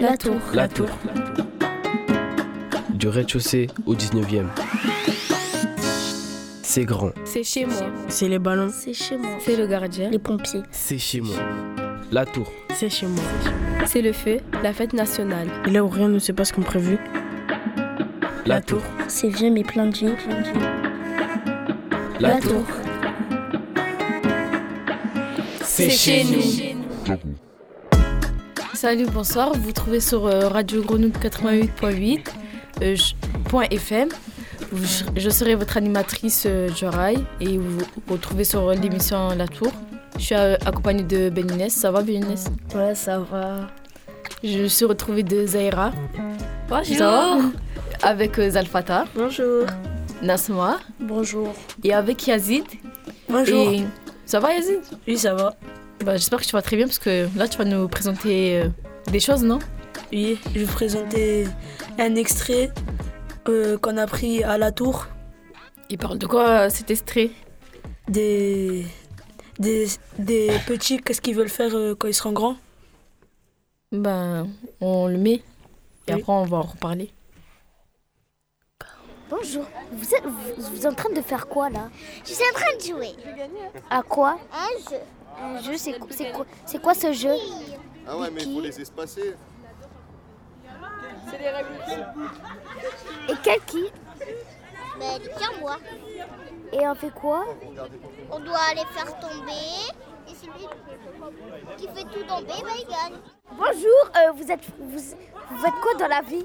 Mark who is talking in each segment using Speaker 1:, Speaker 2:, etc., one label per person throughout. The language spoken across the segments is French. Speaker 1: La tour.
Speaker 2: La Tour. Du rez-de-chaussée au 19e. C'est grand.
Speaker 3: C'est chez moi.
Speaker 4: C'est les ballons.
Speaker 1: C'est chez moi.
Speaker 3: C'est le gardien.
Speaker 1: Les pompiers.
Speaker 2: C'est chez moi. La Tour.
Speaker 4: C'est chez moi.
Speaker 3: C'est le feu, la fête nationale.
Speaker 4: Et là où rien ne se passe comme prévu.
Speaker 2: La Tour.
Speaker 1: C'est vieux mais plein de vie.
Speaker 2: La Tour. C'est chez nous.
Speaker 5: Salut, bonsoir. Vous trouvez sur euh, Radio Grenouille 88.8 euh, je- point .fm. Je, je serai votre animatrice euh, Joraï et vous vous retrouvez sur euh, l'émission La Tour. Je suis euh, accompagnée de Ben Younes. Ça va Ben Younes
Speaker 3: Ouais, ça va.
Speaker 5: Je suis retrouvée de Zaira. Ça va Avec euh, Zalfata,
Speaker 3: Bonjour.
Speaker 5: Nasma
Speaker 1: Bonjour.
Speaker 5: et avec Yazid.
Speaker 4: Bonjour.
Speaker 5: Et- Ça va Yazid
Speaker 4: Oui, ça va.
Speaker 5: Bah, J'espère que tu vas très bien parce que là tu vas nous présenter euh, des choses, non
Speaker 4: Oui, je vais vous présenter un extrait euh, qu'on a pris à la tour
Speaker 5: Il parle de quoi euh, cet extrait
Speaker 4: des, des, des petits, qu'est-ce qu'ils veulent faire euh, quand ils seront grands.
Speaker 5: Ben, on le met. Et
Speaker 4: Oui.
Speaker 5: après, on va en reparler.
Speaker 6: Bonjour. Vous êtes, vous, vous êtes en train de faire quoi là
Speaker 7: Je suis en train de jouer
Speaker 6: À quoi
Speaker 7: un jeu.
Speaker 6: Un jeu, c'est quoi- c'est quoi, c'est quoi ce jeu
Speaker 8: Ah ouais, mais il faut les espacer.
Speaker 6: Et quel qui
Speaker 7: Mais tiens-moi.
Speaker 6: Et on fait quoi
Speaker 7: On doit les faire tomber. Et celui qui fait tout tomber, bah, il gagne.
Speaker 6: Bonjour, euh, vous êtes vous, vous faites quoi dans la vie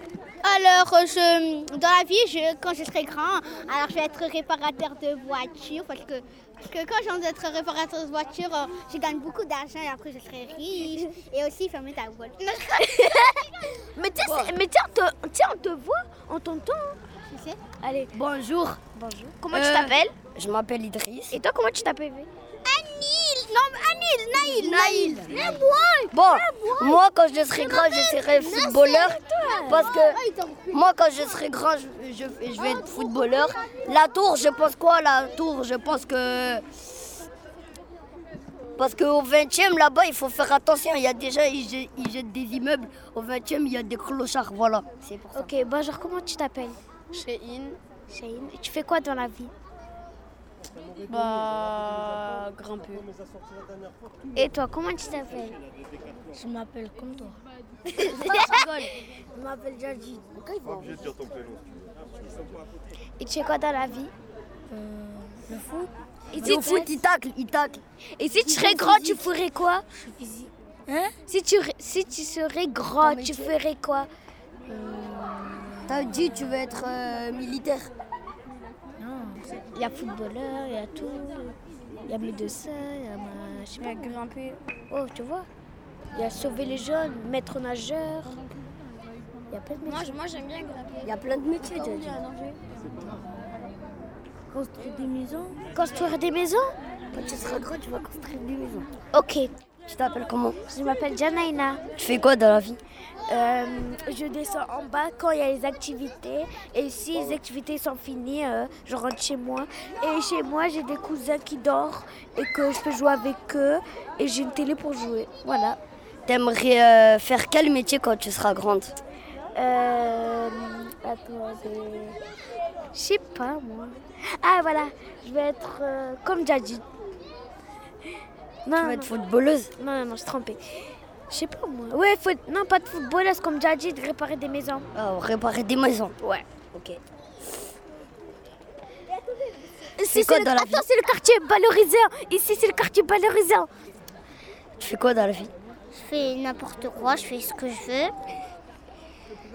Speaker 7: Alors, euh, je, dans la vie, je, quand je serai grand, alors je vais être réparateur de voitures. Parce que, parce que quand j'ai envie d'être réparateur de voitures, euh, je gagne beaucoup d'argent et après je serai riche. Et aussi fermer ta voile.
Speaker 6: Mais tiens, c'est- mais tiens, on te, tiens, on te voit, on t'entend. hein.
Speaker 7: Tu sais
Speaker 6: Allez. Bonjour. Bonjour. Comment
Speaker 9: Euh,
Speaker 6: tu t'appelles Je m'appelle Idriss. Et toi, comment tu t'appelles
Speaker 7: Anil Non, mais Anil Naïl Naïl
Speaker 9: Bon, moi quand je serai grand, je serai footballeur. Parce
Speaker 7: Ah,
Speaker 9: que
Speaker 7: il t'en fout.
Speaker 9: moi quand je serai grand, je, je- je vais être footballeur. La tour, je pense quoi La tour, je pense que. Parce qu'au 20e, là-bas, il faut faire attention. Il y a déjà, ils je- ils jettent, des immeubles. Au 20e, il y a des clochards. Voilà, c'est pour ça.
Speaker 6: Ok, bonjour, comment tu t'appelles
Speaker 10: Shein,
Speaker 6: Shane. Tu fais quoi dans la vie
Speaker 10: bah grimper.
Speaker 6: Et toi, comment tu t'appelles
Speaker 10: Je m'appelle comme toi.
Speaker 6: Je m'appelle Jadid.
Speaker 8: Pas obligé de dire ton prénom.
Speaker 6: Et tu fais quoi dans la vie
Speaker 10: Le fou
Speaker 6: Et
Speaker 9: Au foot, il tacle, il tacle.
Speaker 6: Et si tu serais grand, tu ferais quoi si tu, si tu serais grand, tu ferais quoi
Speaker 9: T'as dit tu veux être euh, militaire.
Speaker 6: Il y a footballeur, il y a tout. Il y a médecin, il y a. ma- je sais pas.
Speaker 10: grimper.
Speaker 6: Oh, tu vois Il y a sauver les jeunes, maître nageur. Il y a plein de métiers.
Speaker 10: moi j'aime bien grimper.
Speaker 9: Il y a plein de métiers. t'as dit.
Speaker 6: Construire des maisons
Speaker 9: Quand tu seras grand, tu vas construire des maisons.
Speaker 6: Ok.
Speaker 9: Tu t'appelles comment
Speaker 6: Je m'appelle Janaina.
Speaker 9: Tu fais quoi dans la vie
Speaker 6: Euh, je descends en bas quand il y a les activités. Et si les activités sont finies, euh, je rentre chez moi. Et chez moi, j'ai des cousins qui dorment et que je peux jouer avec eux. Et j'ai une télé pour jouer. Voilà.
Speaker 9: T'aimerais euh, faire quel métier quand tu seras grande
Speaker 6: Euh, attendez. Je sais pas, moi. Ah, voilà. Je vais être euh, comme Jadji.
Speaker 9: Tu
Speaker 6: Non,
Speaker 9: veux
Speaker 6: non,
Speaker 9: être footballeuse
Speaker 6: non, non, non, je suis trompée. Je sais pas, moi. Ouais, faut... non, pas de footballeuse comme Jadji, de réparer des maisons.
Speaker 9: Ah, Réparer des maisons Ouais. Ok.
Speaker 6: Ici,
Speaker 9: quoi
Speaker 6: c'est le...
Speaker 9: dans la vie
Speaker 6: Attends, c'est le quartier valorisant. Ici, c'est le quartier valorisant.
Speaker 9: Tu fais quoi dans la vie
Speaker 7: Je fais n'importe quoi, je fais ce que je veux.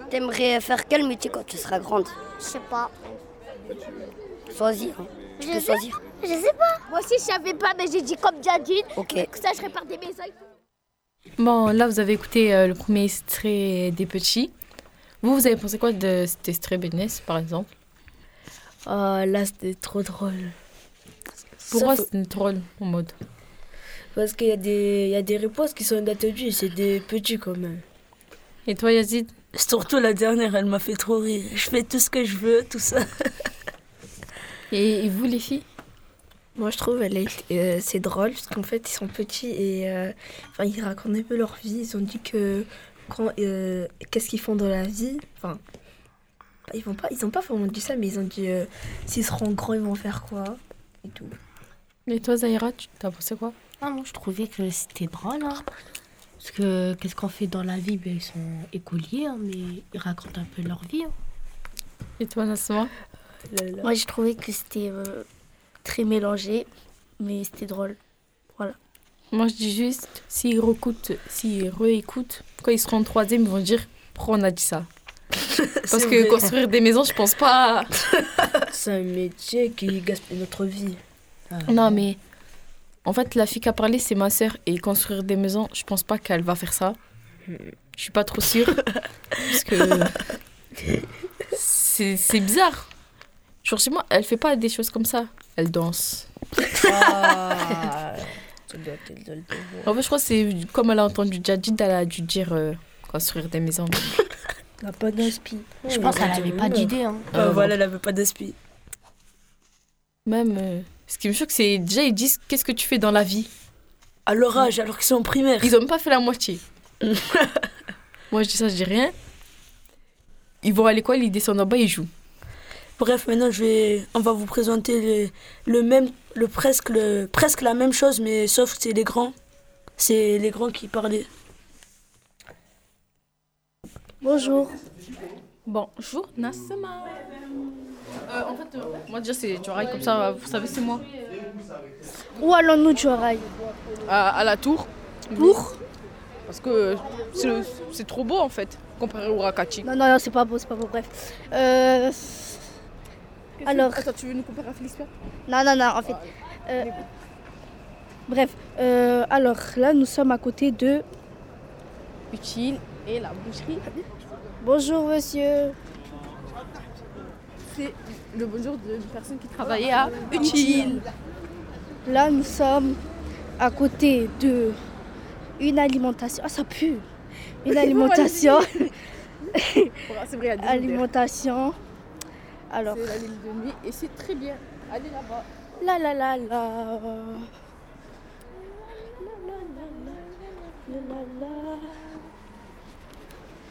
Speaker 9: T'aimerais faire quel métier quand tu seras grande
Speaker 7: Je sais pas.
Speaker 9: Choisir. hein. Tu
Speaker 7: Je
Speaker 9: peux
Speaker 7: sais.
Speaker 9: choisir.
Speaker 7: Je sais pas.
Speaker 6: Moi aussi, je savais pas, mais j'ai dit comme Jadine.
Speaker 9: Ok.
Speaker 6: Ça, je répare des maisons.
Speaker 5: Bon, là, vous avez écouté euh, le premier extrait des petits. Vous, vous avez pensé quoi de cet extrait business, par exemple
Speaker 10: Ah là c'était trop drôle.
Speaker 5: Pourquoi c'est drôle en mode
Speaker 10: Parce qu'il y, a des- il y a des réponses qui sont dates du, c'est des petits quand même.
Speaker 5: Et toi, Yazid
Speaker 4: Surtout la dernière, elle m'a fait trop rire. Je fais tout ce que je veux, tout ça.
Speaker 5: et, et vous, les filles
Speaker 3: Moi, je trouve elle est, euh, c'est drôle parce qu'en fait, ils sont petits et euh, enfin, ils racontent un peu leur vie. Ils ont dit que
Speaker 11: quand, euh, qu'est-ce qu'ils font dans la vie. Enfin, ils vont pas, ils ont pas vraiment dit ça, mais ils ont dit euh, s'ils seront grands, ils vont faire quoi et tout.
Speaker 5: Et toi, Zahira, tu t'as pensé quoi
Speaker 12: Ah, moi, je trouvais que c'était drôle. hein. Parce que qu'est-ce qu'on fait dans la vie ben, Ils sont écoliers, hein, mais ils racontent un peu leur vie. hein.
Speaker 5: Et toi, Nasma
Speaker 13: Moi, j'ai trouvé que c'était euh, très mélangé, mais c'était drôle. Voilà.
Speaker 5: Moi, je dis juste, s'ils réécoutent, s'ils réécoutent, quand ils seront en troisième, ils vont dire pourquoi on a dit ça. Parce
Speaker 14: C'est
Speaker 5: que
Speaker 14: vrai.
Speaker 5: construire des maisons, je pense pas.
Speaker 14: C'est un métier qui gaspille notre vie. Ah.
Speaker 5: Non, mais en fait, la fille qui a parlé, c'est ma sœur. Et construire des maisons, je pense pas qu'elle va faire ça. Je suis pas trop sûre. parce que c'est c'est bizarre. Genre, chez moi, elle fait pas des choses comme ça. Elle danse. En fait, je crois que c'est comme elle a entendu Jadid, elle a dû dire euh, construire des maisons.
Speaker 11: Elle n'a pas d'aspi.
Speaker 12: Je pense qu'elle avait pas d'idée,
Speaker 11: Ah,
Speaker 12: hein.
Speaker 4: Bah, voilà, elle avait pas d'aspi.
Speaker 5: Même. euh, ce qui me choque, c'est déjà, ils disent qu'est-ce que tu fais dans la vie
Speaker 4: À leur âge, alors qu'ils sont en primaire.
Speaker 5: Ils ont même pas fait la moitié. Moi, je dis ça, je dis rien. Ils vont à l'école, ils descendent en bas, ils jouent.
Speaker 4: Bref, maintenant je vais, on va vous présenter le, le même, le presque, le presque la même chose, mais sauf que c'est les grands, c'est les grands qui parlaient.
Speaker 5: Bonjour. Bonjour, Nassama.
Speaker 15: Euh,
Speaker 5: en fait, moi déjà c'est Joraï, comme ça vous savez c'est moi.
Speaker 7: Où allons-nous, Joraï
Speaker 15: À, la tour.
Speaker 7: Pour
Speaker 15: Parce que euh, c'est trop beau en fait, comparé au Rakachi.
Speaker 7: Non, non, non, c'est pas beau, c'est pas beau, bref. Euh... Alors.
Speaker 15: Attends, tu veux nous comparer à Félix
Speaker 7: Non, non, non, en fait. euh, Bref, euh, alors là, nous sommes à côté de.
Speaker 15: Utile et la boucherie.
Speaker 7: Bonjour, monsieur.
Speaker 15: C'est le bonjour d'une personne qui travaillait à Utile.
Speaker 7: Là, nous sommes à côté de une alimentation. Ah, ça pue. Une alimentation.
Speaker 15: C'est vrai, il y a des odeurs.
Speaker 7: alimentation. Alors.
Speaker 15: C'est la ligne de nuit et c'est très bien. Allez là-bas.
Speaker 7: La la la la.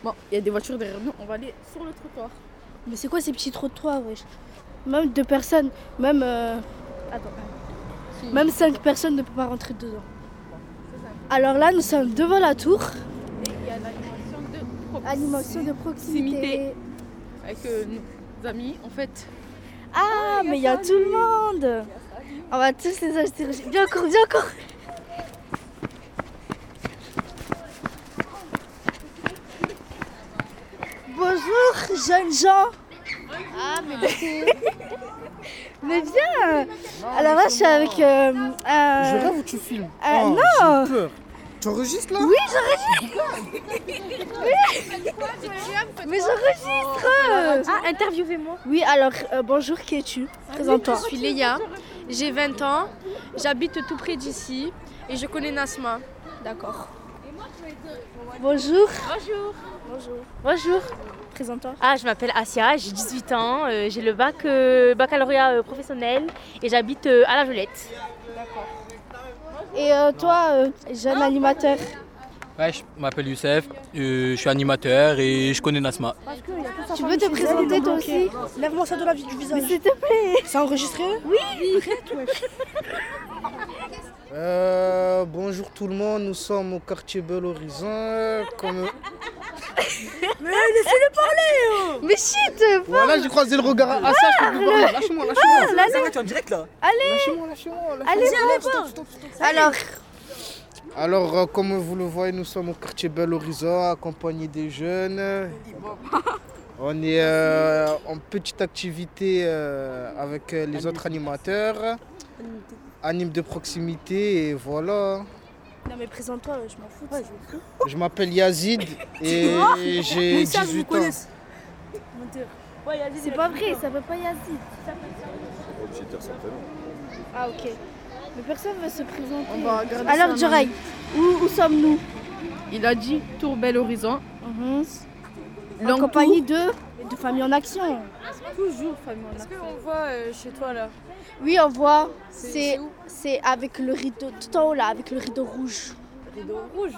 Speaker 15: Bon, il y a des voitures derrière nous, on va aller sur le trottoir.
Speaker 7: Mais c'est quoi ces petits trottoirs, wesh Même deux personnes, même. euh, Attends. Même cinq personnes ne peuvent pas rentrer dedans. Alors là, nous sommes devant la tour.
Speaker 15: Et il y a l'animation de proximité.
Speaker 7: Animation de proximité.
Speaker 15: Avec euh, nos amis, en fait.
Speaker 7: Ah, mais il y a tout le monde On va tous les acheter. Viens encore, viens encore Bonjour, jeunes gens
Speaker 16: Ah, mais
Speaker 7: Mais viens Alors là, je suis avec euh, un...
Speaker 17: Je rêve ou tu filmes
Speaker 7: Euh,
Speaker 17: Oh,
Speaker 7: non.
Speaker 17: j'ai eu peur. Tu enregistres là
Speaker 7: Oui, j'enregistre Mais j'enregistre
Speaker 6: Ah, interviewez-moi. Ah,
Speaker 7: Oui, alors, euh, bonjour, qui es-tu Présente-toi.
Speaker 6: Je suis Léa, j'ai 20 ans, j'habite tout près d'ici et je connais Nasma. D'accord.
Speaker 7: Bonjour.
Speaker 6: Bonjour. Bonjour.
Speaker 7: Bonjour. Présente-toi.
Speaker 6: Ah, je m'appelle Asia, j'ai 18 ans, euh, j'ai le bac euh, baccalauréat euh, professionnel et j'habite euh, à La Jolette.
Speaker 7: Et euh, toi, euh, jeune animateur
Speaker 18: Ouais, je m'appelle Youssef, euh, je suis animateur et je connais Nasma.
Speaker 7: Tu veux te présenter toi aussi
Speaker 11: Lève-moi ça de la vie du visage. S'il
Speaker 7: te plaît.
Speaker 11: C'est enregistré
Speaker 7: Oui.
Speaker 17: Euh, bonjour tout le monde, nous sommes au quartier Bel Horizon. Comme...
Speaker 7: Mais laissez-le parler Mais shit parle.
Speaker 17: Voilà, j'ai croisé le regard à ça, je peux plus
Speaker 7: Parle.
Speaker 17: parler. Lâche-moi, lâche-moi.
Speaker 7: Parle, allez.
Speaker 17: en direct là.
Speaker 7: Allez
Speaker 17: Lâchez-moi, lâchez-moi, lâchez-moi.
Speaker 7: Allez,
Speaker 17: Stop,
Speaker 7: parle.
Speaker 17: stop,
Speaker 7: Alors,
Speaker 17: Alors, euh, comme vous le voyez, nous sommes au quartier Bel Horizon, accompagnés des jeunes. On est euh, en petite activité euh, avec euh, les autres animateurs. Anime de proximité et voilà.
Speaker 7: Non mais présente-toi, je m'en fous.
Speaker 17: Je m'appelle Yazid et j'ai
Speaker 15: Ah,
Speaker 17: 18 ans.
Speaker 7: C'est pas vrai, ça veut pas Yazid. Ah ok. Mais personne veut se
Speaker 15: On va
Speaker 7: présenter.
Speaker 15: regarder
Speaker 7: Alors
Speaker 15: ça,
Speaker 7: Joray,
Speaker 15: maman.
Speaker 7: où, où sommes-nous
Speaker 15: Il a dit Tour Bel Horizon. Mhm.
Speaker 7: En compagnie de de Famille en Action.
Speaker 6: Toujours famille. Est-ce qu'on voit euh, chez toi là
Speaker 7: Oui, on voit. C'est c'est avec le rideau tout en haut là, avec le rideau rouge.
Speaker 6: Rideau rouge.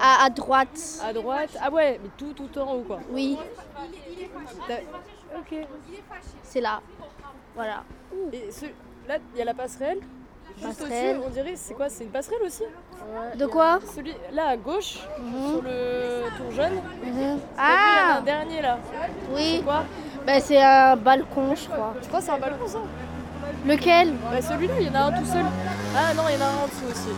Speaker 7: à, à droite.
Speaker 19: À droite Ah ouais, mais tout, tout en haut quoi.
Speaker 7: Oui.
Speaker 19: T'as- Ok.
Speaker 7: C'est là. Voilà.
Speaker 19: Et ce- là, il y a la passerelle. Juste
Speaker 7: Passerelle.
Speaker 19: au-dessus, on dirait, c'est quoi C'est une passerelle aussi
Speaker 7: De quoi
Speaker 19: Celui là à gauche,
Speaker 5: Mhm.
Speaker 19: sur le tour jaune.
Speaker 7: Ah.
Speaker 19: Ah un dernier là.
Speaker 7: Oui.
Speaker 19: C'est quoi
Speaker 7: Ben, c'est un balcon, je crois.
Speaker 19: Je crois que c'est un balcon ça.
Speaker 7: Lequel
Speaker 19: Bah celui-là, il y en a un tout seul. Ah non, il y en a un en dessous aussi.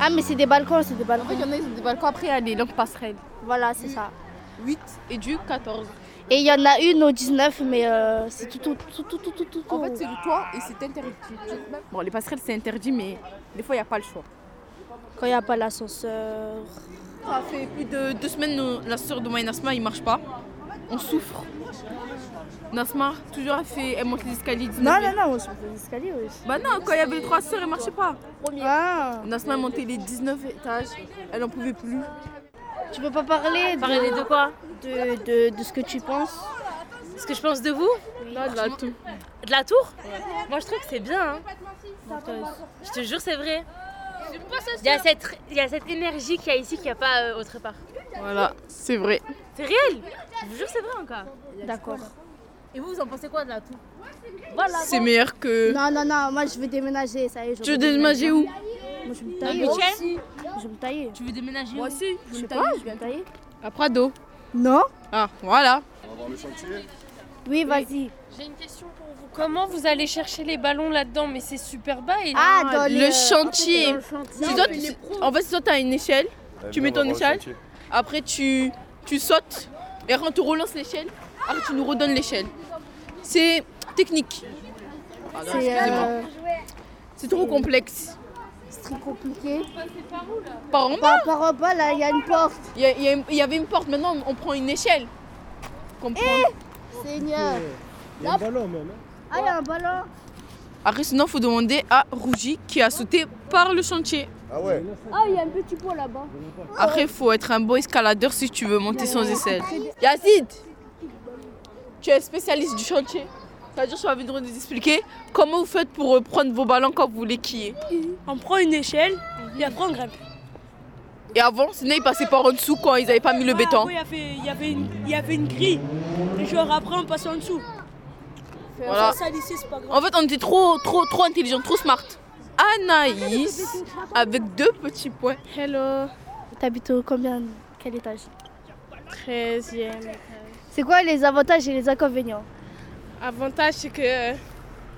Speaker 7: Ah, mais c'est des balcons, c'est des balcons.
Speaker 19: il y en a, ils ont des balcons.
Speaker 7: Après, il y a des longues passerelles. Voilà, c'est ça.
Speaker 5: 8 et du 14.
Speaker 7: Et il y en a une au 19, mais euh, c'est tout, tout, tout, tout, tout, tout, tout.
Speaker 5: En fait, c'est du toit et c'est interdit. Bon, les passerelles, c'est interdit, mais des fois, il n'y a pas le choix.
Speaker 7: Quand il n'y a pas l'ascenseur.
Speaker 5: Ça fait plus de deux semaines, nous- la sœur de moi et Nasma, il marche pas. On souffre. Nasma, toujours, elle, fait, elle monte les escaliers.
Speaker 7: Non, non, non, Ah. on se fait escalier aussi.
Speaker 5: Bah non, quand il y avait les trois sœurs, elle marchait pas. Nasma elle montait les 19 étages, elle en pouvait plus.
Speaker 7: Tu peux pas parler de...
Speaker 6: Parler de quoi
Speaker 7: de, de, de ce que tu penses.
Speaker 6: Ce que je pense de vous Non, de la tour. De la tour Moi, je trouve que c'est bien. hein. Je te jure, c'est vrai. Il y, a cette, il y a cette énergie qu'il y a ici qu'il n'y a pas euh, autre part.
Speaker 5: Voilà, c'est vrai.
Speaker 6: C'est réel Je vous jure, c'est vrai encore.
Speaker 7: D'accord.
Speaker 6: Et vous, vous en pensez quoi de la tour
Speaker 7: Voilà,
Speaker 5: C'est
Speaker 7: bon.
Speaker 5: meilleur que.
Speaker 7: Non, non, non, moi je veux déménager, ça y est. je
Speaker 5: Tu veux déménager où
Speaker 7: Moi je vais me
Speaker 6: Dans le
Speaker 7: tailler.
Speaker 6: huitième
Speaker 7: Je vais me tailler.
Speaker 6: Tu veux déménager
Speaker 5: Moi
Speaker 6: où
Speaker 5: aussi,
Speaker 7: Je
Speaker 5: vais
Speaker 7: sais
Speaker 5: me
Speaker 7: pas,
Speaker 5: tailler.
Speaker 7: je vais me tailler.
Speaker 5: À Prado.
Speaker 7: Non
Speaker 5: Ah, voilà.
Speaker 17: On va voir le chantier.
Speaker 7: Oui, vas-y.
Speaker 20: J'ai une question pour vous. Comment vous allez chercher les ballons là-dedans Mais c'est super bas et
Speaker 7: Ah, dans
Speaker 5: Le chantier. C'est toi, tu- en fait, c'est toi, t'as une échelle.
Speaker 17: Allez,
Speaker 5: tu
Speaker 17: viens,
Speaker 5: mets
Speaker 17: on va
Speaker 5: ton
Speaker 17: voir le
Speaker 5: échelle.
Speaker 17: chantier.
Speaker 5: Après, tu, tu sautes. Et quand tu relances l'échelle, après, tu nous redonnes l'échelle. C'est technique. Pardon,
Speaker 7: C'est,
Speaker 5: excusez-moi.
Speaker 7: euh,
Speaker 5: C'est trop complexe.
Speaker 7: C'est très compliqué.
Speaker 5: Par en bas
Speaker 7: Par en bas, là, il y a une porte.
Speaker 5: Il y, a- il y a une- il y avait une porte, maintenant, on prend une échelle. Comprends
Speaker 7: Seigneur.
Speaker 5: Il y a un hein.
Speaker 7: ballon même. Ah, il y a un ballon.
Speaker 5: Après, sinon, faut demander à Rougi qui a sauté par le chantier.
Speaker 17: Ah ouais
Speaker 7: Ah, il y a un petit pot là-bas.
Speaker 5: Après, faut être un bon escaladeur si tu veux monter sans échelle. Yazid, tu es spécialiste du chantier. C'est-à-dire, tu vas venir nous expliquer comment vous faites pour euh, prendre vos ballons quand vous voulez quiller.
Speaker 21: On prend une échelle et après on grimpe.
Speaker 5: Et avant, sinon, ils passaient par en dessous quand ils n'avaient pas mis le béton.
Speaker 21: Ah, Après, il y avait- il y avait une- il y avait une grille. Et genre après on passe en dessous.
Speaker 5: Voilà.
Speaker 21: Ça, ça, lycée, c'est pas grave.
Speaker 5: En fait, on était trop, trop, trop intelligents, trop smart. Anaïs, avec deux petits points.
Speaker 20: Hello,
Speaker 7: T'habites au combien Quel étage
Speaker 20: 13e.
Speaker 7: C'est quoi les avantages et les inconvénients
Speaker 20: Avantage, c'est que euh,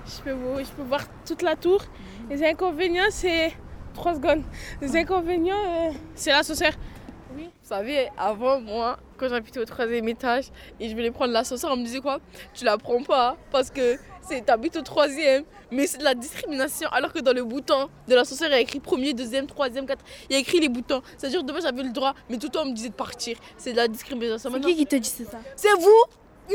Speaker 20: je peux, vo- je peux voir toute la tour. Les inconvénients, c'est 3 secondes. Les inconvénients, euh, c'est l'ascenseur.
Speaker 5: Ah. Vous savez, avant, moi, quand j'habitais au troisième étage et je voulais prendre l'ascenseur, on me disait quoi Tu la prends pas parce que c'est t'habites au troisième, mais c'est de la discrimination. Alors que dans le bouton de l'ascenseur, il y a écrit premier, deuxième, troisième, quatre. Il y a écrit les boutons. C'est-à-dire, demain, j'avais le droit, mais tout le temps, on me disait de partir. C'est de la discrimination.
Speaker 7: C'est
Speaker 5: Maintenant-
Speaker 7: qui qui te dit c'est ça
Speaker 5: C'est vous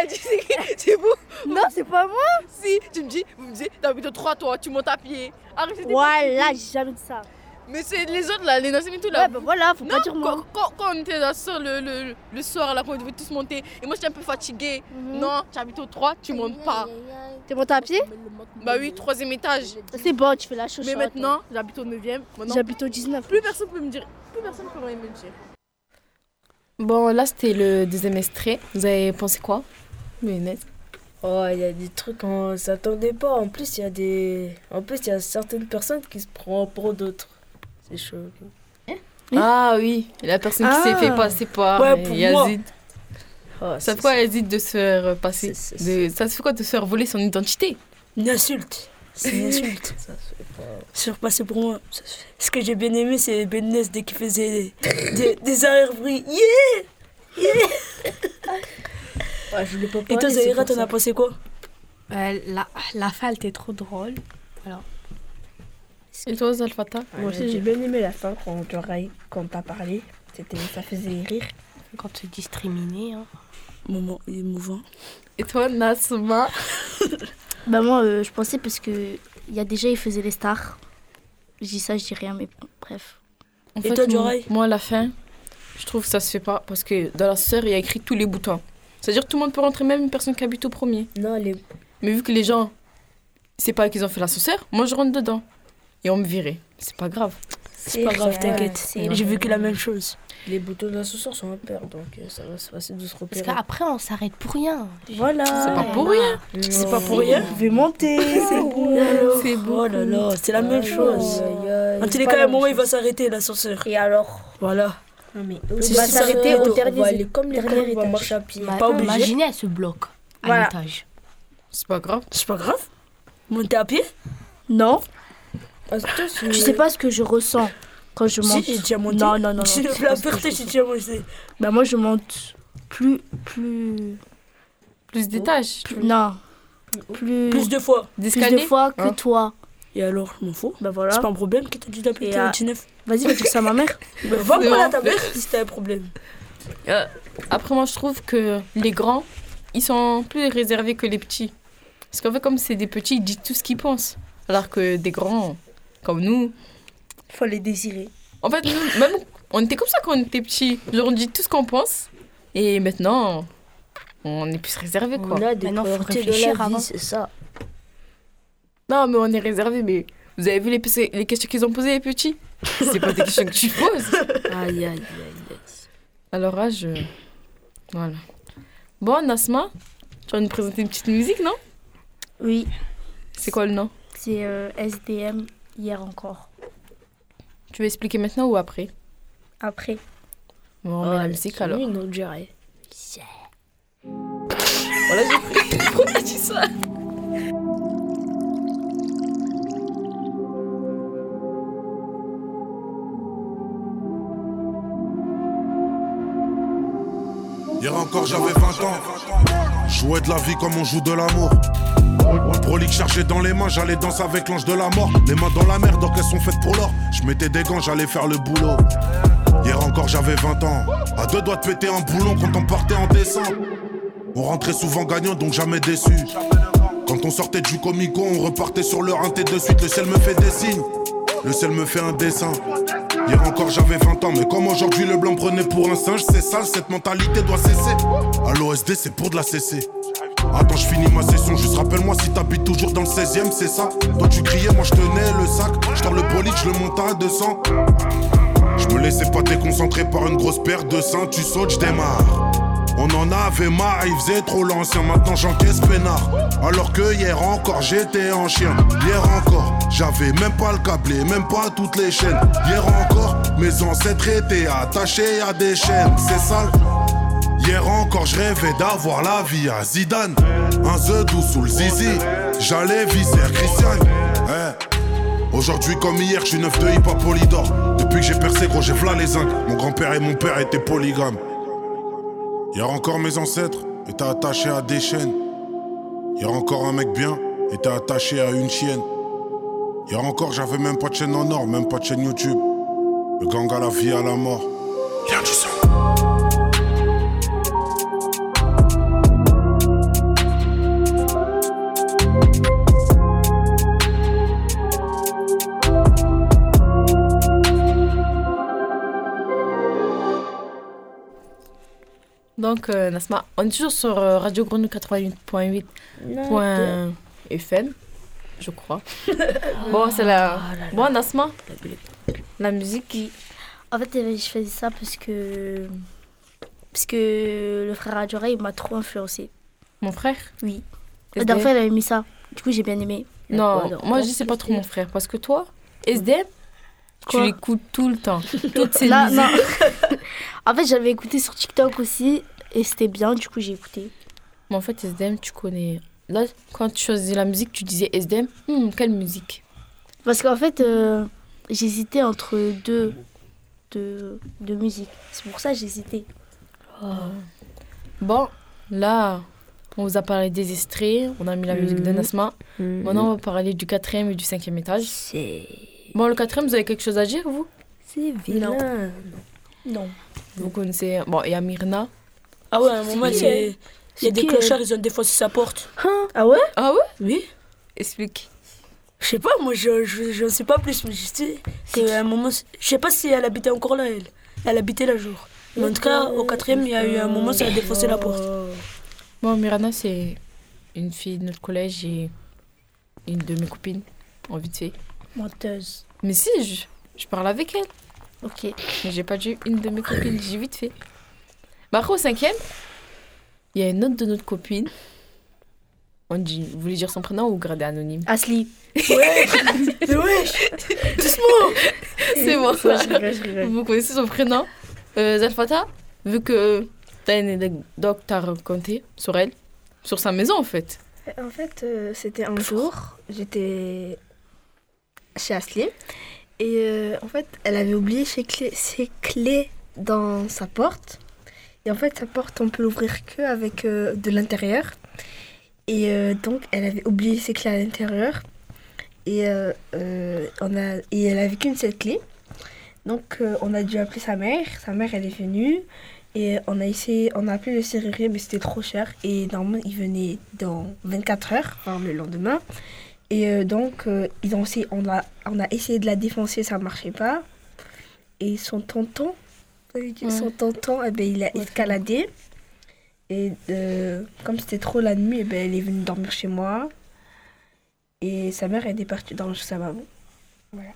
Speaker 5: Elle dit c'est qui C'est vous Non,
Speaker 7: c'est pas moi
Speaker 5: Si, tu me dis, vous me dites, t'habites au 3 toi, tu montes à pied. Arrêtez de
Speaker 7: Voilà,
Speaker 5: partir.
Speaker 7: j'ai jamais dit ça.
Speaker 5: Mais c'est les autres là, les Nassim et tout là.
Speaker 7: Ouais, bah voilà, faut pas
Speaker 5: Non,
Speaker 7: dire moi.
Speaker 5: Quand, quand- quand on était là sur le, le, le soir là, quand on devait tous monter, et moi j'étais un peu fatiguée.
Speaker 22: Mhm.
Speaker 5: Non, tu habites au 3, tu montes pas.
Speaker 7: T'es monté à pied
Speaker 5: Bah oui, troisième étage.
Speaker 7: C'est bon, tu fais la chose.
Speaker 5: Mais maintenant, j'habite au 9ème.
Speaker 7: J'habite au 19.
Speaker 5: Plus personne peut me dire. Plus personne peut rien me dire.
Speaker 22: Bon, là, c'était le deuxième extrait. Vous avez pensé quoi Mayonnaise.
Speaker 23: Oh, il y a des trucs on s'attendait pas. En plus, il y a des en plus il y a certaines personnes qui se prennent pour d'autres. C'est chaud.
Speaker 22: Ah oui, la personne qui s'est
Speaker 23: Ah.
Speaker 22: fait passer par
Speaker 23: Ouais,
Speaker 22: euh,
Speaker 23: pour
Speaker 22: Yazid.
Speaker 23: moi.
Speaker 22: ça te quoi Yazid de se faire euh, passer de- Ça te fait quoi de se faire voler son identité
Speaker 4: Une insulte. C'est une insulte. C'est repassé pour moi. Ça se fait. Ce que j'ai bien aimé, c'est Bennes dès qu'il faisait des, des, des arrière-bruits. Yeah!
Speaker 23: Ouais, je voulais pas
Speaker 4: Et toi,
Speaker 23: parler, c'est
Speaker 4: Zahira,
Speaker 23: pour
Speaker 4: t'en
Speaker 23: ça.
Speaker 4: as pensé quoi
Speaker 24: la, la falte est trop drôle. Alors,
Speaker 22: Et toi, Zalfata
Speaker 24: Moi aussi, j'ai
Speaker 25: bien aimé la fin quand tu quand t'as parlé. C'était, ça faisait rire.
Speaker 24: Quand tu discriminé, hein.
Speaker 4: Moment émouvant.
Speaker 22: Et toi, Nasma
Speaker 26: Bah moi, euh, je pensais parce que il y a déjà, il faisait les stars. Je dis ça, je dis rien, mais bon, bref.
Speaker 22: En fait, moi- Moi, à la fin, je trouve que ça se fait pas parce que dans la sœur, il y a écrit tous les boutons. C'est-à-dire tout le monde peut rentrer, même une personne qui habite au premier.
Speaker 23: Non, les.
Speaker 22: Mais vu que les gens, c'est pas qu'ils ont fait l'ascenseur, moi je rentre dedans. Et on me virait. C'est pas grave.
Speaker 4: C'est pas grave, t'inquiète. J'ai vécu la même chose.
Speaker 10: Les boutons d'ascenseur sont impairs, donc euh, ça va se passer de se repérer.
Speaker 27: Parce qu'après, on s'arrête pour rien.
Speaker 10: Voilà.
Speaker 27: C'est pas pour rien.
Speaker 10: C'est pas pour rien. Je vais monter. C'est bon.
Speaker 4: C'est beau. Oh là là, c'est la même chose. En tous les cas, à un moment, il va s'arrêter, l'ascenseur. Et alors Voilà.
Speaker 10: On va s'arrêter au dernier. On va aller comme les derniers on va marcher à pied.
Speaker 27: Pas obligé. Imaginez, elle se bloque à
Speaker 10: Voilà.
Speaker 27: l'étage.
Speaker 10: C'est pas grave.
Speaker 4: C'est pas grave. Monter à pied
Speaker 28: Non.
Speaker 10: Tu
Speaker 28: sais pas ce que je ressens quand je
Speaker 4: Si,
Speaker 28: monte.
Speaker 4: j'ai déjà monté.
Speaker 28: Non, non, non. non.
Speaker 4: J'ai
Speaker 28: C'est
Speaker 4: la
Speaker 28: pas ce que
Speaker 4: pureté,
Speaker 28: je
Speaker 4: j'ai
Speaker 28: ressens.
Speaker 4: déjà monté.
Speaker 28: Bah moi je monte plus plus
Speaker 5: Plus d'étages.
Speaker 28: plus- non. Plus
Speaker 4: Plus de fois.
Speaker 28: Plus de fois que toi.
Speaker 4: Et alors, je m'en fous.
Speaker 28: Bah voilà.
Speaker 4: C'est pas un problème que t'as dit d'appeler
Speaker 28: Et
Speaker 4: ton
Speaker 28: à-
Speaker 4: 19.
Speaker 28: Vas-y, va dire ça à ma mère.
Speaker 4: Bah, va
Speaker 5: C'est
Speaker 4: parler à
Speaker 5: bon.
Speaker 4: ta mère si t'as un problème.
Speaker 5: Euh, après, moi, je trouve que les grands, ils sont plus réservés que les petits. Parce qu'en fait, comme c'est des petits, ils disent tout ce qu'ils pensent. Alors que des grands, comme nous.
Speaker 10: Faut les désirer.
Speaker 5: En fait, nous, même, on était comme ça quand on était petits. Genre, on dit tout ce qu'on pense. Et maintenant, on est plus réservé, quoi.
Speaker 10: On a des
Speaker 5: Maintenant, faut
Speaker 10: priorités de
Speaker 28: hein.
Speaker 5: réfléchir
Speaker 10: la vie,
Speaker 5: avant.
Speaker 10: c'est ça.
Speaker 5: Non, mais on est réservé, mais vous avez vu les, pe- les questions qu'ils ont posées, les petits C'est pas des questions que tu poses. Aïe, aïe, aïe, aïe. Alors, ah, je. Voilà. Bon, Nasma, tu vas nous présenter une petite musique, non
Speaker 28: Oui.
Speaker 5: C'est quoi le nom
Speaker 28: C'est euh, SDM hier encore.
Speaker 5: Tu veux expliquer maintenant ou après
Speaker 28: Après.
Speaker 5: Bon, on met la musique alors.
Speaker 10: Une autre durée.
Speaker 5: Voilà, j'ai pris. Pourquoi t'as dit ça
Speaker 17: Hier encore j'avais 20 ans Jouais de la vie comme on joue de l'amour Prolique chargé dans les mains, j'allais danser avec l'ange de la mort Les mains dans la mer, donc elles sont faites pour l'or Je mettais des gants, j'allais faire le boulot Hier encore j'avais 20 ans À deux doigts de péter un boulon quand on partait en descente On rentrait souvent gagnant donc jamais déçu Quand on sortait du comico, on repartait sur le rinté de suite Le ciel me fait des signes, le ciel me fait un dessin Hier encore j'avais 20 ans, mais comme aujourd'hui le blanc prenait pour un singe, c'est sale, cette mentalité doit cesser. À l'OSD, c'est pour de la cesser. Attends, je finis ma session, juste rappelle-moi si t'habites toujours dans le 16 e c'est ça. Toi tu criais, moi je tenais le sac, je le bolide, je le monte à 200. Je me laissais pas déconcentrer par une grosse paire de seins, tu sautes, je démarre. On en avait marre, il faisait trop l'ancien, maintenant j'encaisse peinard. Alors que hier encore j'étais en chien, hier encore j'avais même pas le câblé, même pas toutes les chaînes. Hier encore mes ancêtres étaient attachés à des chaînes, c'est sale. Hier encore je rêvais d'avoir la vie à Zidane. Un The doux sous le zizi, j'allais viser Christian. Aujourd'hui comme hier, je suis neuf de hip-hop Polydor. Depuis que j'ai percé, gros, j'ai v'là les zincs. Mon grand-père et mon père étaient polygames. Hier encore mes ancêtres étaient attachés à des chaînes. Hier encore un mec bien était attaché à une chienne. Hier encore j'avais même pas de chaîne en or, même pas de chaîne YouTube. Le gang à la vie à la mort. Viens du sang.
Speaker 5: Donc, euh, Nasma, on est toujours sur euh, Radio Grenouille 88.8.fm, je crois. bon, c'est la.
Speaker 28: Ah,
Speaker 5: Bon, Nasma, la musique.
Speaker 28: En fait, euh, je faisais ça parce que parce que le frère Adjora, il m'a trop influencé.
Speaker 5: Mon frère
Speaker 28: Oui.
Speaker 5: SDM?
Speaker 28: D'un frère, Oh, il avait mis ça. Du coup, j'ai bien aimé.
Speaker 5: Non, moi je dis c'est pas trop mon frère, parce que toi, SDM, tu
Speaker 28: Quoi
Speaker 5: l'écoutes tout le temps. Toutes ces
Speaker 28: Non,
Speaker 5: musiques.
Speaker 28: non. En fait, j'avais écouté sur TikTok aussi et c'était bien, du coup, j'ai écouté.
Speaker 5: Mais en fait, SDM, tu connais. Là, quand tu choisis la musique, tu disais SDM, Hmm, quelle musique
Speaker 28: Parce qu'en fait, euh, j'hésitais entre deux, deux, deux musiques. C'est pour ça que j'hésitais.
Speaker 5: Oh. Bon, là, on vous a parlé des extraits, on a mis la musique de
Speaker 29: Mm.
Speaker 28: Mhm.
Speaker 5: Nasma.
Speaker 28: Mhm.
Speaker 5: Maintenant, on va parler du quatrième et du cinquième étage. Bon, le quatrième, vous avez quelque chose à dire, vous
Speaker 29: C'est vilain.
Speaker 5: Non.
Speaker 28: Non.
Speaker 5: Vous connaissez. Bon, il y a Myrna.
Speaker 4: Ah ouais, à un moment,
Speaker 5: qui,
Speaker 4: c'est. Il
Speaker 5: elle
Speaker 4: y a
Speaker 5: C'est
Speaker 4: des
Speaker 28: euh,
Speaker 5: qui,
Speaker 4: clochards,
Speaker 5: elle
Speaker 4: ils ont défoncé sa porte.
Speaker 10: Ah ouais
Speaker 5: Ah ouais
Speaker 4: Oui.
Speaker 5: Explique.
Speaker 4: Je sais pas, moi, je, je, je sais pas plus, mais je sais qu'à un moment. Je sais pas si elle habitait encore là, elle. Elle habitait là, jour. Mais en tout cas, au quatrième, il y a eu un moment, ça a défoncé la porte.
Speaker 29: Euh,
Speaker 5: Bon, Myrna, c'est une fille de notre collège et une de mes copines, en vite fait.
Speaker 28: Menteuse.
Speaker 5: Mais si, je- je parle avec elle. Ok. Mais j'ai pas vu une de mes copines, j'ai vite fait. Bah, après, au cinquième, il y a une autre de notre copine. On dit, vous voulez dire son prénom ou garder anonyme Asli. Ouais Mais wesh Doucement C'est bon,
Speaker 10: Ouais,
Speaker 5: ça.
Speaker 10: je rigole, je rigole.
Speaker 5: Vous connaissez son prénom euh, Zalfata, vu que t'as une anecdote à raconter sur elle, sur sa maison en fait.
Speaker 29: En fait, euh, c'était un jour, j'étais chez Asli et euh, en fait, elle avait oublié ses clés, ses clés dans sa porte. Et en fait, sa porte, on peut l'ouvrir que avec euh, de l'intérieur. Et euh, donc, elle avait oublié ses clés à l'intérieur. Et, euh, euh, on a, et elle avait qu'une seule clé. Donc, euh, on a dû appeler sa mère. Sa mère, elle est venue. Et on a essayé, on a appelé le serrurier, mais c'était trop cher. Et normalement, il venait dans 24 heures, enfin, le lendemain. Et euh, donc, euh, ils ont essayé- on, a, on a essayé de la défoncer, ça ne marchait pas. Et son tonton, euh,
Speaker 5: Ouais.
Speaker 29: son tonton, eh ben, il a escaladé. Et euh, comme c'était trop la nuit, eh ben, elle est venue dormir chez moi. Et sa mère, elle est partie dormir chez sa maman. Voilà.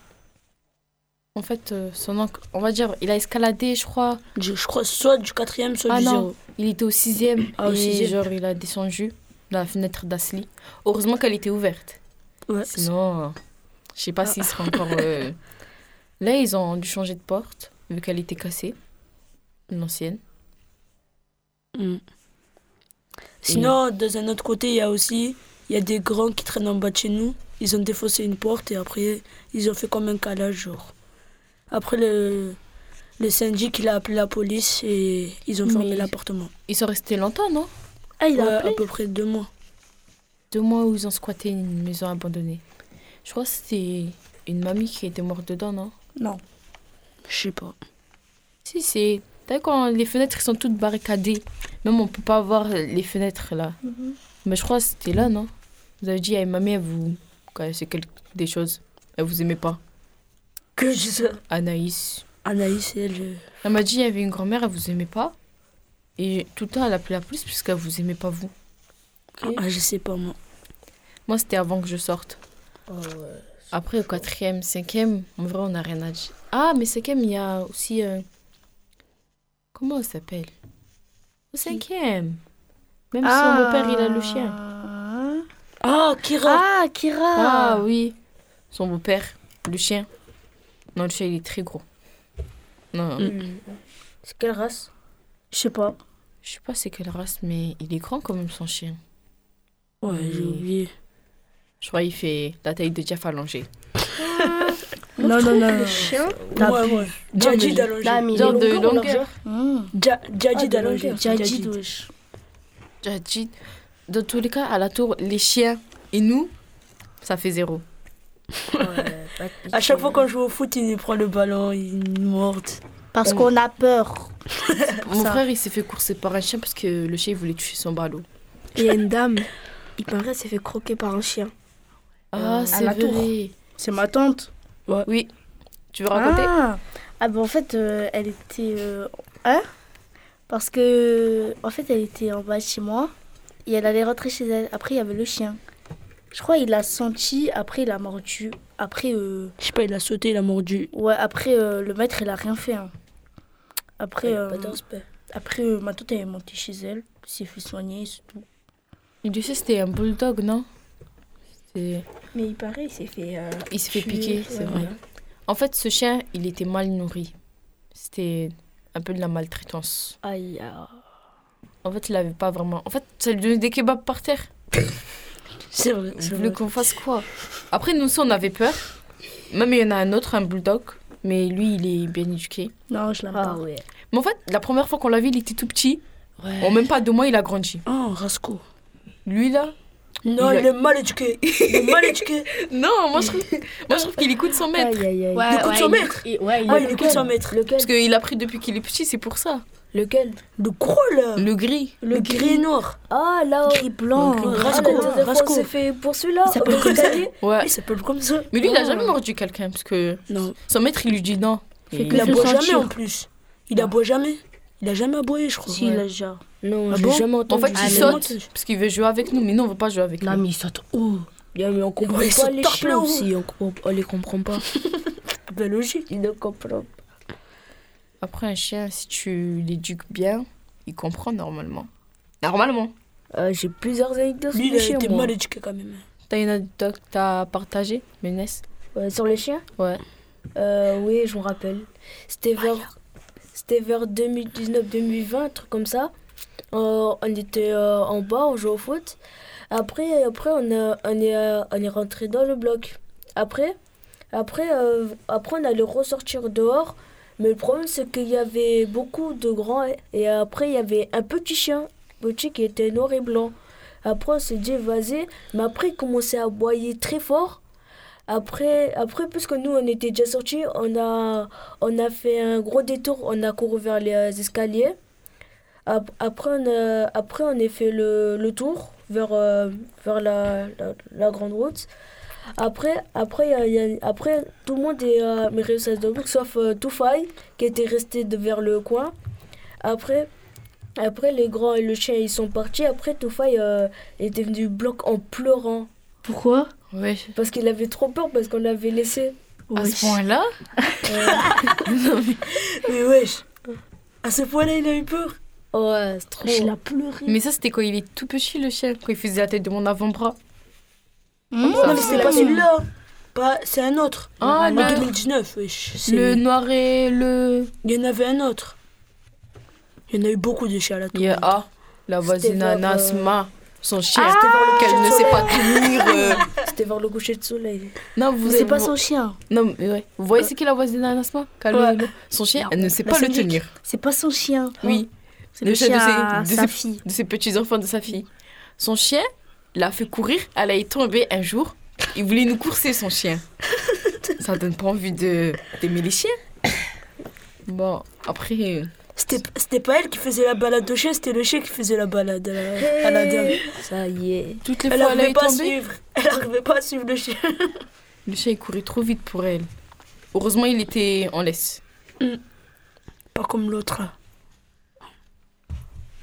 Speaker 5: En fait, euh, son oncle, on va dire, il a escaladé, je crois.
Speaker 4: je crois soit du quatrième, soit
Speaker 5: ah
Speaker 4: du
Speaker 5: non,
Speaker 4: zéro.
Speaker 5: Il était au sixième.
Speaker 4: Ah, au
Speaker 5: et
Speaker 4: sixième.
Speaker 5: genre, il a descendu dans la fenêtre d'Asli. Heureusement qu'elle était ouverte. Sinon, euh, je sais pas s'il serait encore. euh, Là, ils ont dû changer de porte, vu qu'elle était cassée. L'ancienne.
Speaker 4: Mm. Sinon,
Speaker 5: Mm.
Speaker 4: dans un autre côté, il y a aussi il y a des grands qui traînent en bas de chez nous. Ils ont défaussé une porte et après, ils ont fait comme un calage, genre. Après, le, le syndic, il a appelé la police et ils ont
Speaker 5: Mais
Speaker 4: fermé l'appartement.
Speaker 5: Ils sont restés longtemps, non
Speaker 4: Ah,
Speaker 5: il a
Speaker 4: À
Speaker 5: appelé
Speaker 4: peu près deux mois.
Speaker 5: Deux mois où ils ont squatté une maison abandonnée. Je crois que c'était une mamie qui était morte dedans, non
Speaker 4: Non. Je sais pas.
Speaker 5: Si, c'est. T'as vu quand les fenêtres sont toutes barricadées. Même on peut pas voir les fenêtres là.
Speaker 28: Mhm.
Speaker 5: Mais je crois que c'était là, non Vous avez dit à mamie, elle vous connaissez quelque... des choses. Elle vous aimait pas.
Speaker 4: Que je sais.
Speaker 5: Anaïs.
Speaker 4: Anaïs, elle. euh,
Speaker 5: Elle m'a dit, il y avait une grand-mère, elle vous aimait pas. Et tout le temps, elle appelait la police puisqu'elle vous aimait pas, vous.
Speaker 4: Ah, je sais pas, moi.
Speaker 5: Moi, c'était avant que je sorte. Après, au quatrième, cinquième, en vrai, on n'a rien à dire. Ah, mais cinquième, il y a aussi... euh, Comment elle s'appelle Au cinquième. Même si mon père, il a le chien.
Speaker 4: Ah, Kira
Speaker 5: Ah, Kira Ah, oui. Son beau-père, le chien. Non, le chien, il est très gros. Non.
Speaker 10: Mm. C'est quelle race
Speaker 5: Je sais pas. Je sais pas c'est quelle race, mais il est grand quand même, son chien.
Speaker 4: Ouais, j'ai oublié.
Speaker 5: Je crois qu'il fait la taille de Jeff allongé.
Speaker 4: Non, non, non. non. Ouais, ouais. Djadji d'allonger.
Speaker 5: Genre de longueur.
Speaker 4: Dja-
Speaker 29: Ah,
Speaker 4: Djadji d'allonger.
Speaker 5: Djadji. Djadji. Dans tous les cas, à la tour, les chiens et nous, ça fait zéro.
Speaker 4: À chaque fois qu'on joue au foot, il nous prend le ballon, il nous morte. Euh.
Speaker 5: Parce
Speaker 4: On-
Speaker 5: qu'on a peur. Mon frère, il s'est fait courser par un chien parce que le chien, il voulait toucher son ballot.
Speaker 29: Il y a une dame, il paraît, s'est fait croquer par un chien.
Speaker 5: Ah,
Speaker 29: Euh,
Speaker 5: c'est vrai.
Speaker 30: C'est ma tante.
Speaker 5: Oui. Tu veux
Speaker 30: raconter
Speaker 28: Ah, Ah, bah en fait, euh, elle était. euh, hein Parce que. En fait, elle était en bas de chez moi et elle allait rentrer chez elle. Après, il y avait le chien. Je crois il l'a senti, après, il a mordu. Après. euh,
Speaker 4: Je sais pas, il a sauté, il a mordu.
Speaker 28: Ouais, après, euh, le maître, il a rien fait. hein. Après.
Speaker 29: Ah,
Speaker 30: Ouais, pas
Speaker 28: euh,
Speaker 30: de respect.
Speaker 28: après, euh, ma tante, elle est montée chez elle, elle s'est fait soigner, c'est tout.
Speaker 5: Il disait c'était un bulldog, non C'est-
Speaker 29: Mais il paraît, il s'est fait. euh,
Speaker 5: Il s'est fait
Speaker 29: tuer,
Speaker 5: piquer,
Speaker 29: ouais,
Speaker 5: c'est vrai.
Speaker 29: voilà.
Speaker 5: En fait, ce chien, il était mal nourri. C'était un peu de la maltraitance.
Speaker 28: Aïe.
Speaker 29: ah.
Speaker 5: En fait, il avait pas vraiment. En fait, ça lui donnait des kebabs par terre.
Speaker 4: C'est vrai.
Speaker 5: Vous voulez qu'on fasse quoi Après, nous aussi, on avait peur. Même il y en a un autre, un bulldog. Mais lui, il est bien éduqué.
Speaker 28: Non, je l'aime
Speaker 29: Ah,
Speaker 28: pas.
Speaker 5: Mais en fait, la première fois qu'on l'a vu, il était tout petit. En même pas deux mois, il a grandi.
Speaker 4: Oh, Rasco.
Speaker 5: Lui, là
Speaker 4: Non,
Speaker 5: a-
Speaker 4: il est mal éduqué. Il est mal éduqué.
Speaker 5: Non, moi je trouve, moi, je trouve qu'il écoute son maître.
Speaker 4: Ouais, Il écoute ouais, son il- maître. il- ouais, il- Ah, il écoute lequel son maître.
Speaker 5: Parce qu'il a pris depuis qu'il est petit, c'est pour ça.
Speaker 30: Lequel
Speaker 4: Le gros là
Speaker 5: Le gris.
Speaker 30: Le
Speaker 4: gris et noir.
Speaker 30: Ah, là
Speaker 4: oh. Gris blanc.
Speaker 30: Ah,
Speaker 4: Rasco.
Speaker 30: la deuxième fois,
Speaker 4: Rasco.
Speaker 30: on s'est fait pour celui-là.
Speaker 4: Oh, Il s'appelle
Speaker 30: aux
Speaker 4: comme ça.
Speaker 30: Italiens.
Speaker 5: Ouais.
Speaker 4: Il s'appelle comme ça.
Speaker 5: Mais lui, il a
Speaker 4: Oh.
Speaker 5: jamais mordu quelqu'un parce que son maître, il lui dit non. Et-
Speaker 4: Il aboie jamais en plus. Il aboie jamais. Il a jamais aboyé, je crois.
Speaker 5: Si, il a
Speaker 4: déjà.
Speaker 30: Non,
Speaker 5: j'ai jamais entendu. En fait,
Speaker 4: Ah,
Speaker 5: il
Speaker 4: mais-
Speaker 5: saute parce qu'il veut jouer avec nous, mais nous, on veut pas jouer avec lui.
Speaker 30: Non, mais ils sautent haut. Bien, mais on comprend
Speaker 5: Ouais, ils
Speaker 30: pas
Speaker 5: sautent
Speaker 30: les
Speaker 5: torse
Speaker 30: chiens
Speaker 5: haut.
Speaker 30: aussi. On, comprend- on les comprend pas.
Speaker 4: Bah,
Speaker 31: Ben logique, il ne comprend pas.
Speaker 5: Après, un chien, si tu l'éduques bien, il comprend normalement. Normalement.
Speaker 4: Ah,
Speaker 31: J'ai plusieurs anecdotes
Speaker 5: sur
Speaker 31: Lui, il
Speaker 5: les
Speaker 31: a
Speaker 5: chiens,
Speaker 31: été
Speaker 5: moi.
Speaker 31: mal éduqué quand même.
Speaker 5: T'as une anecdote que t'as partagée, Ménès
Speaker 4: sur les chiens
Speaker 5: Ouais.
Speaker 4: Euh, oui, je me rappelle. C'était vers, c'était vers 2019-2020, un truc comme ça. Euh, on était euh, en bas, on jouait au foot. Après, après on, a- on est, euh, on est rentré dans le bloc. Après, après, euh, après, on allait ressortir dehors. Mais le problème, c'est qu'il y avait beaucoup de grands. et- Et après, il y avait un petit chien, petit qui était noir et blanc. Après, on s'est dit, vas-y. Mais après, il commençait à boyer très fort. Après, après, puisque nous on était déjà sortis, on a, on a fait un gros détour, on a couru vers les euh, escaliers. Ap- Après, on a, après, on a fait le, le tour vers, euh, vers la, la, la grande route. Après, après, il y a- il y a- après, tout le monde est euh, mais réussi à se débrouiller, sauf euh, Toufaï, qui était resté de- vers le coin. Après, après, les grands et le chien, ils sont partis. Après, Toufaï euh, était venu bloc en pleurant. Pourquoi Parce qu'il avait trop peur, parce qu'on l'avait laissé.
Speaker 5: À ce point-là
Speaker 31: Mais wesh À ce point-là, il a eu peur
Speaker 4: Ouais, c'est trop.
Speaker 5: Je
Speaker 4: Il
Speaker 5: l'ai
Speaker 4: pleuré.
Speaker 5: Mais ça, c'était quand il est tout petit, le chien, quand il faisait la tête de mon avant-bras.
Speaker 4: Mm.
Speaker 31: non, mais c'était pas celui-là. Pas- C'est un autre.
Speaker 5: Ah,
Speaker 31: en
Speaker 5: le-
Speaker 31: 2019, wesh. c'est-
Speaker 5: Le noir et le.
Speaker 31: Il y en avait un autre. Il y en a eu beaucoup de chiens à la tour.
Speaker 5: Ah, la voisine
Speaker 31: vers, euh,
Speaker 5: Anasma, son chien,
Speaker 31: Ah, c'était vers le
Speaker 5: qu'elle
Speaker 31: coucher
Speaker 5: ne
Speaker 31: de
Speaker 5: sait pas
Speaker 31: soleil.
Speaker 5: tenir. euh.
Speaker 4: C'était vers le coucher de soleil.
Speaker 5: Non, vous
Speaker 4: Mais c'est
Speaker 5: vous-
Speaker 4: pas son chien.
Speaker 5: Non, mais ouais. Vous
Speaker 4: Euh.
Speaker 5: voyez, c'est qui la voisine Anasma Calmez-vous. Son chien, elle ne sait pas le tenir.
Speaker 4: C'est pas son chien.
Speaker 5: Oui.
Speaker 4: C'est le chien à
Speaker 5: de
Speaker 4: sa
Speaker 5: ses-
Speaker 4: fille.
Speaker 5: de ses petits-enfants de sa fille. Son chien l'a fait courir, elle est tombée un jour. Il voulait nous courser, son chien. Ça donne pas envie de d'aimer les chiens. Bon, après. euh,
Speaker 31: C'était c'était pas elle qui faisait la balade au chien, c'était le chien qui faisait la balade à la, à la dame.
Speaker 4: Ça y est.
Speaker 5: Toutes les
Speaker 31: elle
Speaker 5: fois, elle
Speaker 31: arrivait
Speaker 5: est
Speaker 31: pas à
Speaker 5: tombée.
Speaker 31: suivre. Elle arrivait pas à suivre le chien.
Speaker 5: Le chien, il courait trop vite pour elle. Heureusement, il était en laisse.
Speaker 31: Pas comme l'autre.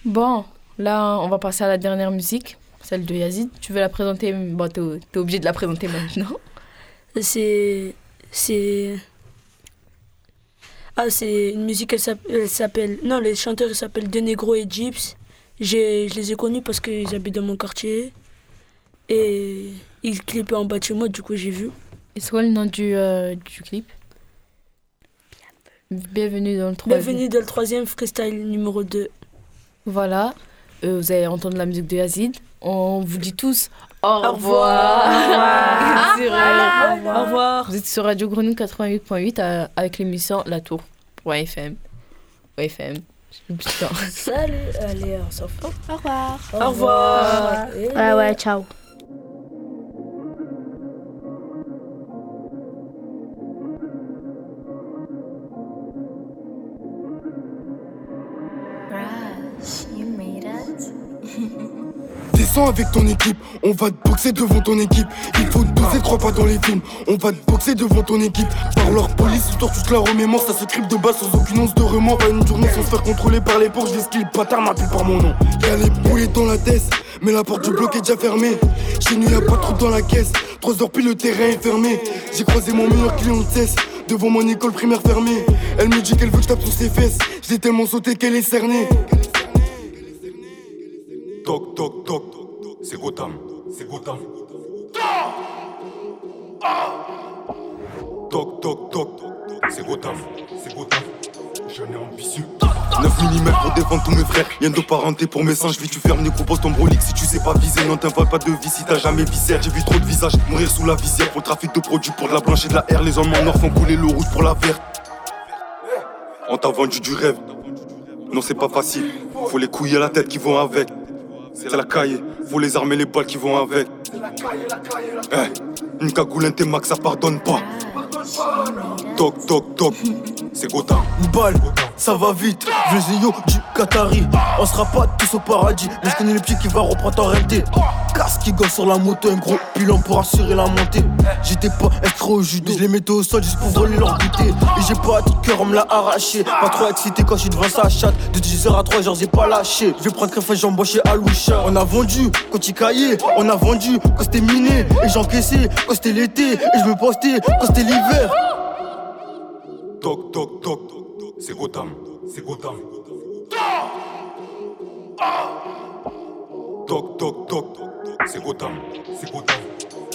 Speaker 5: Bon, là, on va passer à la dernière musique, celle de Yazid. Tu veux la présenter Bon, t'es t'es obligé de la présenter maintenant.
Speaker 31: C'est. C'est. Ah, c'est une musique, elle s'app- elle s'appelle. Non, les chanteurs, ils s'appellent De Negro et Gyps. J'ai- Je les ai connus parce qu'ils habitent dans mon quartier. Et ils clippaient en bas de chez moi, du coup, j'ai vu.
Speaker 5: Et c'est quoi le nom du, euh, du clip Bienvenue dans le troisième.
Speaker 31: Bienvenue dans le troisième freestyle numéro 2.
Speaker 5: Voilà, Euh, vous allez entendre la musique de Yazid. On vous dit tous au revoir.
Speaker 31: revoir.
Speaker 5: Sur-
Speaker 31: Au revoir. Au
Speaker 5: Vous êtes sur Radio Grenouille 88.8 euh, avec l'émission La Tour. FM. FM. J'ai oublié le temps.
Speaker 4: Salut. Allez, on s'en fout.
Speaker 7: Au revoir.
Speaker 4: Au revoir. Ah,
Speaker 7: Ouais, ouais, ciao.
Speaker 32: you made us.
Speaker 17: Descends avec ton équipe, on va te boxer devant ton équipe. Il faut te doser, crois pas dans les films. On va te boxer devant ton équipe. Par leur police, histoire toute la remémore. Ça se tripe de base sans aucune once de remords. Pas une journée sans se faire contrôler par les porcs. Je vais skill bâtard m'appelle par mon nom. Y'a les boulettes dans la tête, mais la porte du bloc est déjà fermée. Chez nous, y'a pas de trou dans la caisse. Trois heures pile, le terrain est fermé. J'ai croisé mon meilleur client de cesse. Devant mon école primaire fermée, elle me dit qu'elle veut que je tape sur ses fesses. J'ai tellement sauté qu'elle est cernée.
Speaker 33: Toc, toc, toc, c'est Gotham, c'est Gotham. Toc, toc, toc, c'est Gotham, c'est Gotham. J'en ai ambitieux.
Speaker 17: 9 mm pour défendre tous mes frères. Y'en de parenté pour mes sangs. Je vis, tu fermes les propos ton brolique. Si tu sais pas viser, non, t'inventes pas de vie si t'as jamais visé. J'ai vu trop de visages mourir sous la visière. Pour le trafic de produits, pour de la blanche et de la R. Les hommes en or font couler le rouge pour la verte. On t'a vendu du rêve. Non, c'est pas facile. Faut les couilles à la tête qui vont avec. C'est la caille. Faut les armer, les balles qui vont avec. Eh, une cagoule, un T-Max, ça pardonne pas.
Speaker 33: Toc, toc, toc, c'est Gotham. Une balle, ça va vite.
Speaker 18: Vézio du Qatari, on sera pas tous au paradis. Mais je connais le pied qui va reprendre en RD. Casse qui gosse sur la moto, un gros pilon pour assurer la montée. J'étais pas extra au judo, mais je les mettais au sol juste pour voler leur goûter. Et j'ai pas tout cœur, on me l'a arraché. Pas trop excité quand je suis devant sa chatte. De 10h à 3h, j'ai pas lâché. Je vais prendre crève, j'ai embauché à Loucha. On a vendu quand tu caillais, on a vendu quand c'était miné. Et j'encaissais quand c'était l'été, et je me postais quand c'était l'hiver.
Speaker 17: Toc, toc, toc. C'est Gotham, c'est Gotham. Toc, toc, toc. C'est Gotham, c'est Gotham.